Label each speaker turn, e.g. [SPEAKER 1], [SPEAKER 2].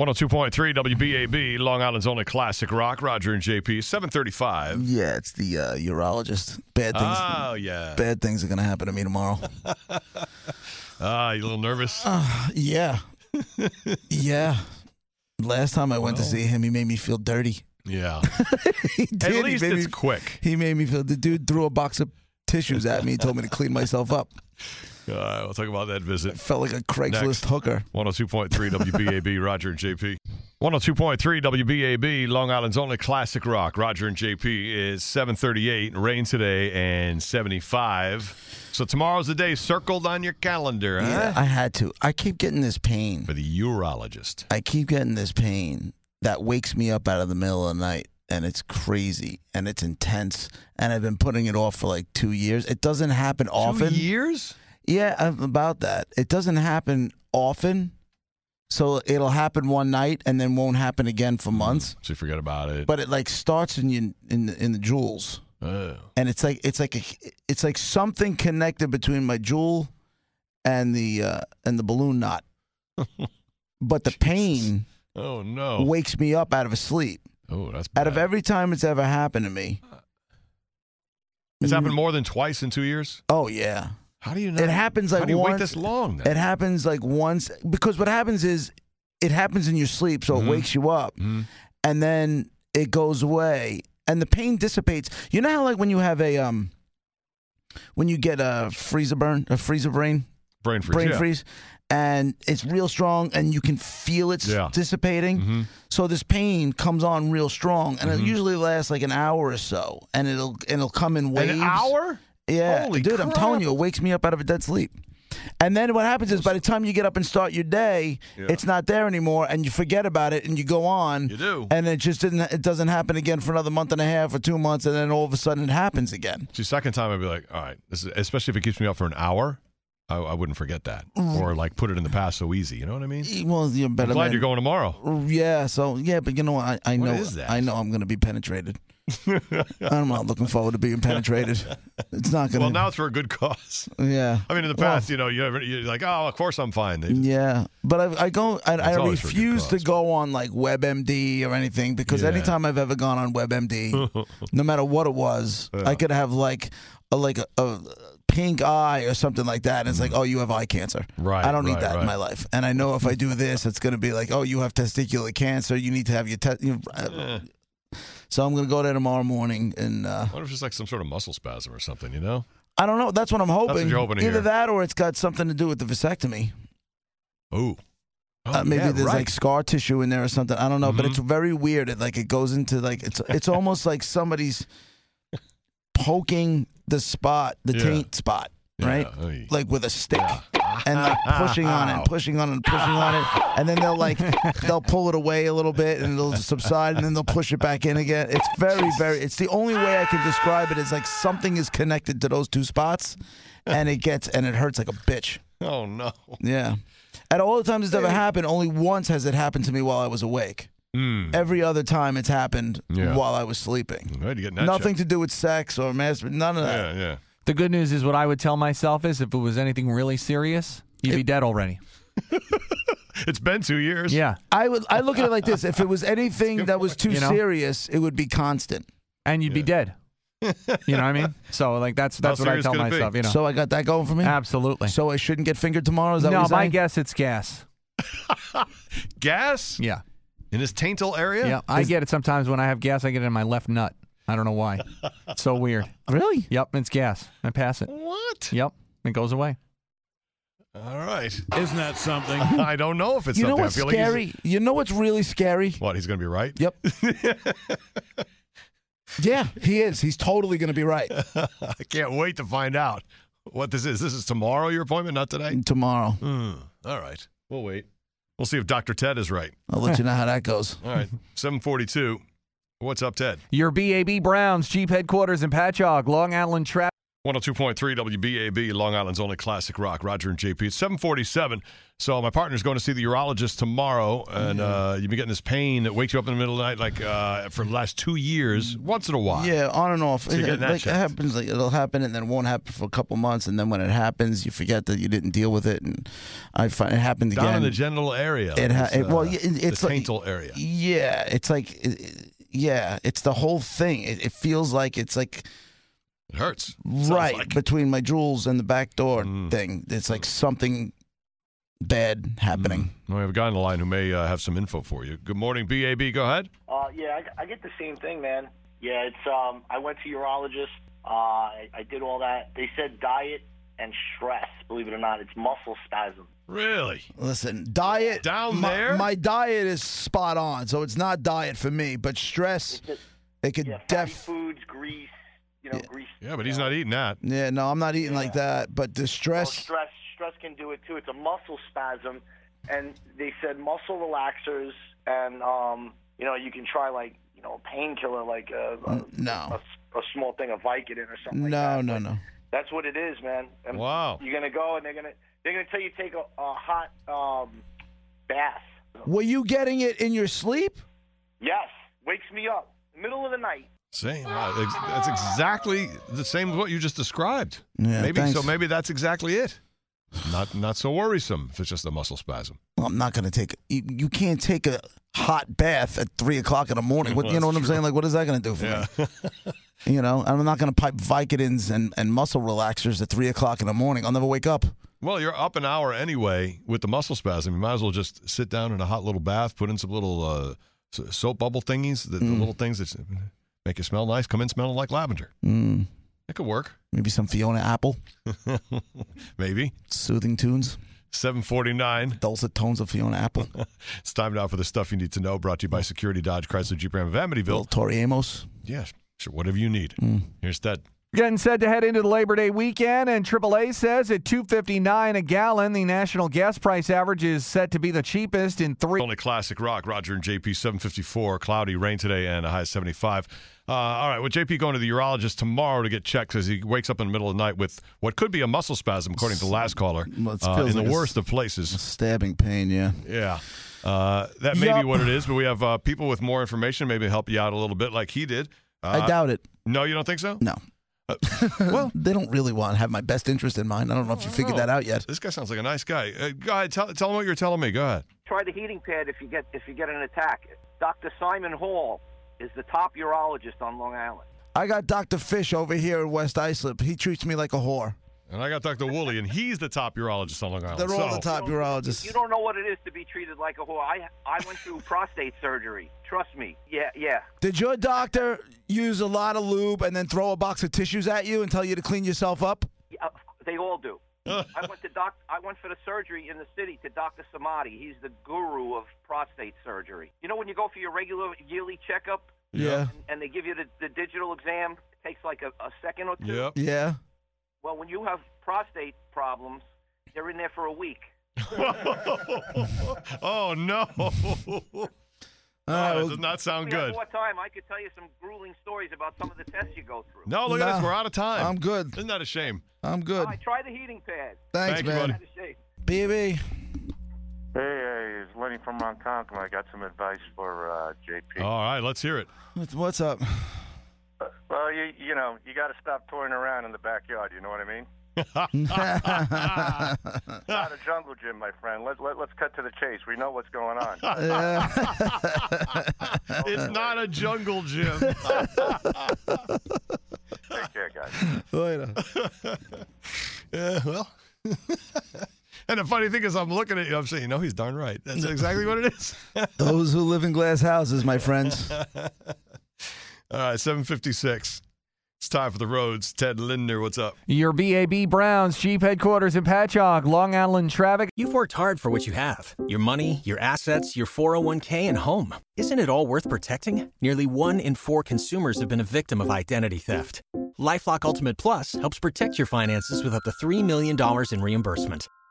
[SPEAKER 1] 102.3 WBAB, Long Island's only classic rock. Roger and JP, 735.
[SPEAKER 2] Yeah, it's the uh, urologist. Bad things.
[SPEAKER 1] Oh, yeah.
[SPEAKER 2] Bad things are gonna happen to me tomorrow.
[SPEAKER 1] Ah, you a little nervous?
[SPEAKER 2] yeah, yeah. Last time I went to see him, he made me feel dirty.
[SPEAKER 1] yeah.
[SPEAKER 2] He did.
[SPEAKER 1] At
[SPEAKER 2] He
[SPEAKER 1] least
[SPEAKER 2] made
[SPEAKER 1] it's
[SPEAKER 2] me-
[SPEAKER 1] quick.
[SPEAKER 2] He made me feel. The dude threw a box of tissues at me. He told me to clean myself up.
[SPEAKER 1] All right, Uh, we'll talk about that visit. oh
[SPEAKER 2] Felt like a Craigslist
[SPEAKER 1] Next.
[SPEAKER 2] hooker.
[SPEAKER 1] 102.3 WBAB, Roger and JP. 102.3 WBAB, Long Island's only classic rock. Roger and JP is 738, rain today and 75. So tomorrow's the day circled on your calendar, huh?
[SPEAKER 2] Yeah, I had to. I keep getting this pain.
[SPEAKER 1] For the urologist.
[SPEAKER 2] I keep getting this pain that wakes me up out of the middle of the night and it's crazy and it's intense and I've been putting it off for like 2 years. It doesn't happen often.
[SPEAKER 1] Two years?
[SPEAKER 2] Yeah, I'm about that. It doesn't happen often. So it'll happen one night and then won't happen again
[SPEAKER 1] Mm-hmm.
[SPEAKER 2] for months,
[SPEAKER 1] So you forget about it.
[SPEAKER 2] but it like starts in you, in the, in the jewels
[SPEAKER 1] Oh.
[SPEAKER 2] and it's like it's like a, it's like something connected between my jewel and the uh, and the balloon knot. but the pain
[SPEAKER 1] Oh, no.
[SPEAKER 2] wakes me up out of a sleep.
[SPEAKER 1] Oh, that's
[SPEAKER 2] Out
[SPEAKER 1] bad.
[SPEAKER 2] of every time it's ever happened to me.
[SPEAKER 1] It's happened more than twice in two years.
[SPEAKER 2] Oh yeah.
[SPEAKER 1] How do you know?
[SPEAKER 2] It happens like
[SPEAKER 1] How do you wait
[SPEAKER 2] once.
[SPEAKER 1] this long? Then?
[SPEAKER 2] It happens like once because what happens is it happens in your sleep, so
[SPEAKER 1] Mm-hmm.
[SPEAKER 2] it wakes you up, and then it goes away, and the pain dissipates. You know how like when you have a um, when you get a freezer burn, a freezer brain,
[SPEAKER 1] brain freeze.
[SPEAKER 2] brain
[SPEAKER 1] yeah.
[SPEAKER 2] freeze, and it's real strong, and you can feel it s-
[SPEAKER 1] Yeah. Mm-hmm.
[SPEAKER 2] dissipating. So this pain comes on real strong, and it usually lasts like an hour or so, and it'll and it'll come in waves.
[SPEAKER 1] An hour?
[SPEAKER 2] Yeah,
[SPEAKER 1] Holy
[SPEAKER 2] dude, I'm telling
[SPEAKER 1] crap.
[SPEAKER 2] you, it wakes me up out of a dead sleep. And then what happens is by the time you get up and start your day, it's not there anymore, and you forget about it, and you go on.
[SPEAKER 1] You do.
[SPEAKER 2] and it just didn't. It doesn't happen again for another month and a half or two months, and then all of a sudden it happens again.
[SPEAKER 1] See, second time I'd be like, all right, this is, especially if it keeps me up for an hour, I, I wouldn't forget that
[SPEAKER 2] Mm.
[SPEAKER 1] or like put it in the past so easy. You know what I mean?
[SPEAKER 2] E, Well, you're better.
[SPEAKER 1] I'm glad
[SPEAKER 2] than-
[SPEAKER 1] you're going tomorrow.
[SPEAKER 2] Yeah, so yeah, but you know what? I, I
[SPEAKER 1] What
[SPEAKER 2] know
[SPEAKER 1] is that?
[SPEAKER 2] I know I'm going to be penetrated. I'm not looking forward to being penetrated. It's not
[SPEAKER 1] Well,
[SPEAKER 2] going to.
[SPEAKER 1] now it's for a good cause.
[SPEAKER 2] yeah.
[SPEAKER 1] I mean, in the
[SPEAKER 2] Well, Mm.
[SPEAKER 1] past, you know, you ever, you're like, oh, of course I'm fine. They,
[SPEAKER 2] Yeah, but I, I go. I, I
[SPEAKER 1] It's always for a good
[SPEAKER 2] refuse to
[SPEAKER 1] cause.
[SPEAKER 2] go on like WebMD or anything because
[SPEAKER 1] Yeah.
[SPEAKER 2] anytime I've ever gone on WebMD, no matter what it was, I could have like a like a, a pink eye or something like that. And it's like, oh, you have eye cancer.
[SPEAKER 1] Mm. Right,
[SPEAKER 2] I don't need
[SPEAKER 1] right,
[SPEAKER 2] that
[SPEAKER 1] right.
[SPEAKER 2] in my life. And I know if I do this, it's going to be like, oh, you have testicular cancer. You need to have your test. You uh,
[SPEAKER 1] Eh.
[SPEAKER 2] So I'm going to go there tomorrow morning, and uh,
[SPEAKER 1] I wonder if it's like some sort of muscle spasm or something, you know?
[SPEAKER 2] I don't know. That's what I'm hoping.
[SPEAKER 1] you're hoping to
[SPEAKER 2] Either
[SPEAKER 1] hear.
[SPEAKER 2] that or it's got something to do with the vasectomy.
[SPEAKER 1] Ooh. Oh,
[SPEAKER 2] uh, maybe
[SPEAKER 1] yeah, right.
[SPEAKER 2] there's
[SPEAKER 1] Mm-hmm.
[SPEAKER 2] like scar tissue in there or something. I don't know, but it's very weird. It like it goes into like it's it's almost like somebody's poking the spot, the
[SPEAKER 1] Yeah.
[SPEAKER 2] taint spot, right?
[SPEAKER 1] Yeah, oy.
[SPEAKER 2] Like with a stick. And like pushing on it, and pushing on it, and pushing on it, and then they'll like they'll pull it away a little bit, and it'll subside, and then they'll push it back in again. It's very, very. It's the only way I can describe it is like something is connected to those two spots, and it gets and it hurts like a bitch.
[SPEAKER 1] Oh, no.
[SPEAKER 2] Yeah. At all the times it's ever happened, only once has it happened to me while I was awake. Every other time it's happened
[SPEAKER 1] Yeah.
[SPEAKER 2] while I was sleeping.
[SPEAKER 1] I'm glad you're getting that
[SPEAKER 2] Nothing
[SPEAKER 1] checked.
[SPEAKER 2] to do with sex or masturbation. None of that.
[SPEAKER 1] Yeah, yeah.
[SPEAKER 3] The good news is what I would tell myself is if it was anything really serious, you'd be dead already.
[SPEAKER 1] It's been two years.
[SPEAKER 3] Yeah.
[SPEAKER 2] I would. I look at it like this: if it was anything that was too
[SPEAKER 3] You know?
[SPEAKER 2] serious, it would be constant.
[SPEAKER 3] And you'd be dead. You know what I mean? So like that's that's what I
[SPEAKER 1] serious
[SPEAKER 3] tell
[SPEAKER 1] could it be?
[SPEAKER 3] myself, you know.
[SPEAKER 2] So I got that going for me.
[SPEAKER 3] Absolutely.
[SPEAKER 2] So I shouldn't get fingered tomorrow. Is that
[SPEAKER 3] no,
[SPEAKER 2] what you're
[SPEAKER 3] my
[SPEAKER 2] saying?
[SPEAKER 3] guess it's gas.
[SPEAKER 1] Gas
[SPEAKER 3] Yeah.
[SPEAKER 1] in his taintal area?
[SPEAKER 3] Yeah. I get it sometimes when I have gas, I get it in my left nut. I don't know why. It's so weird.
[SPEAKER 2] really?
[SPEAKER 3] Yep, it's gas. I pass it.
[SPEAKER 1] What?
[SPEAKER 3] Yep. It goes away.
[SPEAKER 1] All right.
[SPEAKER 4] Isn't that something?
[SPEAKER 1] I don't know if it's
[SPEAKER 2] You know
[SPEAKER 1] something.
[SPEAKER 2] what's
[SPEAKER 1] I feel like he's-
[SPEAKER 2] scary? You know what's really scary?
[SPEAKER 1] What, he's going to be right?
[SPEAKER 2] Yep. yeah, he is. He's totally going to be right
[SPEAKER 1] I can't wait to find out what this is. This is tomorrow, your appointment, not today? Hmm.
[SPEAKER 2] tomorrow.
[SPEAKER 1] All right. We'll wait. We'll see if Dr. Ted is right.
[SPEAKER 2] I'll let you know how that goes.
[SPEAKER 1] All right. 742. What's up, Ted?
[SPEAKER 3] Your BAB Browns, Jeep headquarters in Patchogue, Long Island traffic.
[SPEAKER 1] 102.3 WBAB, Long Island's only classic rock. Roger and JP. It's 747. So my partner's going to see the urologist tomorrow, and uh, you've been getting this pain that wakes you up in the middle of the night, like uh, for the last two years, once in a while.
[SPEAKER 2] Yeah, on and off.
[SPEAKER 1] you're
[SPEAKER 2] It-
[SPEAKER 1] getting that
[SPEAKER 2] like, it
[SPEAKER 1] checked.
[SPEAKER 2] happens. Like it'll happen, and then it won't happen for a couple months, and then when it happens, you forget that you didn't deal with it, and I find it happened
[SPEAKER 1] Down
[SPEAKER 2] again.
[SPEAKER 1] in the genital area.
[SPEAKER 2] it ha-
[SPEAKER 1] It's,
[SPEAKER 2] it, well,
[SPEAKER 1] uh,
[SPEAKER 2] yeah, it- it's
[SPEAKER 1] the
[SPEAKER 2] like,
[SPEAKER 1] taintal area.
[SPEAKER 2] yeah, it's like, it- it- yeah, it's the whole thing. It, it feels like it's like
[SPEAKER 1] It hurts. Sounds
[SPEAKER 2] right
[SPEAKER 1] like.
[SPEAKER 2] between my jewels and the back door
[SPEAKER 1] Mm.
[SPEAKER 2] thing. It's like something bad happening.
[SPEAKER 1] Mm-hmm. Well, we have a guy on the line who may uh, have some info for you. Good morning, BAB. Go ahead.
[SPEAKER 4] Uh, yeah, I, I get the same thing, man. Yeah, it's um, I went to urologist. Uh, I, I did all that. They said diet and stress. Believe it or not, it's muscle spasm.
[SPEAKER 1] Really?
[SPEAKER 2] Listen, diet
[SPEAKER 1] Down
[SPEAKER 2] my,
[SPEAKER 1] there?
[SPEAKER 2] My diet is spot on, so it's not diet for me, but stress.
[SPEAKER 4] It's just,
[SPEAKER 2] It could
[SPEAKER 4] yeah, fatty
[SPEAKER 2] def.
[SPEAKER 4] foods, grease. You know, grease.
[SPEAKER 1] Yeah, but he's not eating that.
[SPEAKER 2] Yeah, no, I'm not eating like that. But the
[SPEAKER 4] Well,
[SPEAKER 2] stress,
[SPEAKER 4] stress. Stress can do it too. It's a muscle spasm, and they said muscle relaxers, and um, you know, you can try like you know a painkiller, like a, a, a
[SPEAKER 2] no,
[SPEAKER 4] s- a small thing of Vicodin or something. like
[SPEAKER 2] no,
[SPEAKER 4] that.
[SPEAKER 2] no,
[SPEAKER 4] But-
[SPEAKER 2] no.
[SPEAKER 4] That's what it is, man. And
[SPEAKER 1] Wow.
[SPEAKER 4] You're gonna go and they're gonna they're gonna tell you to take a, a hot um, bath.
[SPEAKER 2] Were you getting it in your sleep?
[SPEAKER 4] Yes, wakes me up middle of the night.
[SPEAKER 1] Same. Wow. Ex- That's exactly the same as what you just described.
[SPEAKER 2] Yeah,
[SPEAKER 1] maybe
[SPEAKER 2] thanks.
[SPEAKER 1] so. Maybe that's exactly it. Not not so worrisome if it's just a muscle spasm.
[SPEAKER 2] Well, I'm not gonna take. You, you can't take a hot bath at three o'clock in the morning. What, you know what I'm saying? Like, what is that gonna do for me? you know, I'm not gonna pipe Vicodins and, and muscle relaxers at three o'clock in the morning. I'll never wake up.
[SPEAKER 1] Well, you're up an hour anyway with the muscle spasm. You might as well just sit down in a hot little bath, put in some little uh, so- soap bubble thingies, the, the little things that s- make you smell nice. Come in smelling like lavender.
[SPEAKER 2] Mm,
[SPEAKER 1] That could work,
[SPEAKER 2] maybe some Fiona Apple,
[SPEAKER 1] maybe.
[SPEAKER 2] soothing tunes,
[SPEAKER 1] 749.
[SPEAKER 2] dulcet tones of Fiona Apple.
[SPEAKER 1] It's time now for the stuff you need to know. Brought to you by Security Dodge Chrysler Jeep Ram of
[SPEAKER 2] Bill
[SPEAKER 1] Amityville.
[SPEAKER 2] Tori Amos.
[SPEAKER 1] Yes, sure. Whatever you need.
[SPEAKER 2] Mm.
[SPEAKER 1] Here's that.
[SPEAKER 3] Getting set to head into the Labor Day weekend, and AAA says at 2.59 a gallon, the national gas price average is set to be the cheapest in three.
[SPEAKER 1] Only classic rock. Roger and JP. 754. Cloudy rain today and a high of 75. Uh, all right. Well, JP going to the urologist tomorrow to get checked because he wakes up in the middle of the night with what could be a muscle spasm, according to the last caller.
[SPEAKER 2] Well, it
[SPEAKER 1] uh,
[SPEAKER 2] feels
[SPEAKER 1] in
[SPEAKER 2] like
[SPEAKER 1] the
[SPEAKER 2] a-
[SPEAKER 1] worst of places.
[SPEAKER 2] Stabbing pain, yeah.
[SPEAKER 1] Yeah. Uh, that may
[SPEAKER 2] Yup.
[SPEAKER 1] be what it is, but we have uh, people with more information maybe help you out a little bit, like he did. Uh,
[SPEAKER 2] I doubt it.
[SPEAKER 1] no, you don't think so?
[SPEAKER 2] No.
[SPEAKER 1] well-
[SPEAKER 2] they don't really want to have my best interest in mind. I don't know if you figured
[SPEAKER 1] know.
[SPEAKER 2] that out yet.
[SPEAKER 1] This guy sounds like a nice guy. Uh, go ahead. Tell, tell him what you're telling me. Go ahead.
[SPEAKER 4] Try the heating pad if you get if you get an attack. Dr. Simon Hall is the top urologist on Long Island.
[SPEAKER 2] I got Dr. Fish over here in West Islip. He treats me like a whore.
[SPEAKER 1] And I got Dr. Woolley, and he's the top urologist on Long Island.
[SPEAKER 2] They're all
[SPEAKER 1] Oh, So-
[SPEAKER 2] the top urologists.
[SPEAKER 4] You don't know what it is to be treated like a whore. I I went through prostate surgery. Trust me. Yeah, yeah.
[SPEAKER 2] Did your doctor use a lot of lube and then throw a box of tissues at you and tell you to clean yourself up?
[SPEAKER 4] Yeah, they all do. I went to doc. I went for the surgery in the city to Dr. Samadi. He's the guru of prostate surgery. You know when you go for your regular yearly checkup
[SPEAKER 2] Yeah.
[SPEAKER 4] and, and they give you the, the digital exam, it takes like a, a second or two.
[SPEAKER 1] Yep.
[SPEAKER 2] Yeah.
[SPEAKER 4] Well, when you have prostate problems, they're in there for a week.
[SPEAKER 1] oh, no.
[SPEAKER 2] All
[SPEAKER 1] that
[SPEAKER 2] right, well,
[SPEAKER 1] does not sound
[SPEAKER 4] If we had
[SPEAKER 1] Oh, good.
[SPEAKER 4] more time, I could tell you some grueling stories about some of the tests you go through.
[SPEAKER 1] No, look at this.
[SPEAKER 2] Nah,
[SPEAKER 1] We're out of time.
[SPEAKER 2] I'm good.
[SPEAKER 1] Isn't that a shame?
[SPEAKER 2] I'm
[SPEAKER 4] All
[SPEAKER 2] good.
[SPEAKER 4] right, try the heating pad.
[SPEAKER 2] Thanks,
[SPEAKER 1] Thank you,
[SPEAKER 2] man.
[SPEAKER 1] buddy.
[SPEAKER 4] Out of shape.
[SPEAKER 2] BB.
[SPEAKER 5] Hey, hey, it's Lenny from Montcalm. I got some advice for uh, JP.
[SPEAKER 1] All right, let's hear it.
[SPEAKER 2] What's- What's up?
[SPEAKER 5] Well, you you know you got to stop toying around in the backyard. You know what I mean? It's not a jungle gym, my friend. Let, let let's cut to the chase. We know what's going on.
[SPEAKER 2] Yeah.
[SPEAKER 1] It's not a jungle gym.
[SPEAKER 5] Take care, guys.
[SPEAKER 2] Later.
[SPEAKER 1] Yeah, well. and the funny thing is, I'm looking at you. I'm saying, no, he's darn right. That's exactly what it is.
[SPEAKER 2] Those who live in glass houses, my friends.
[SPEAKER 1] All right, 756. It's time for the roads. Ted Linder, what's up?
[SPEAKER 3] Your BAB Browns Jeep headquarters in Patchogue, Long Island traffic.
[SPEAKER 6] You've worked hard for what you have your money, your assets, your 401k, and home. Isn't it all worth protecting? Nearly one in four consumers have been a victim of identity theft. Lifelock Ultimate Plus helps protect your finances with up to $3 million in reimbursement.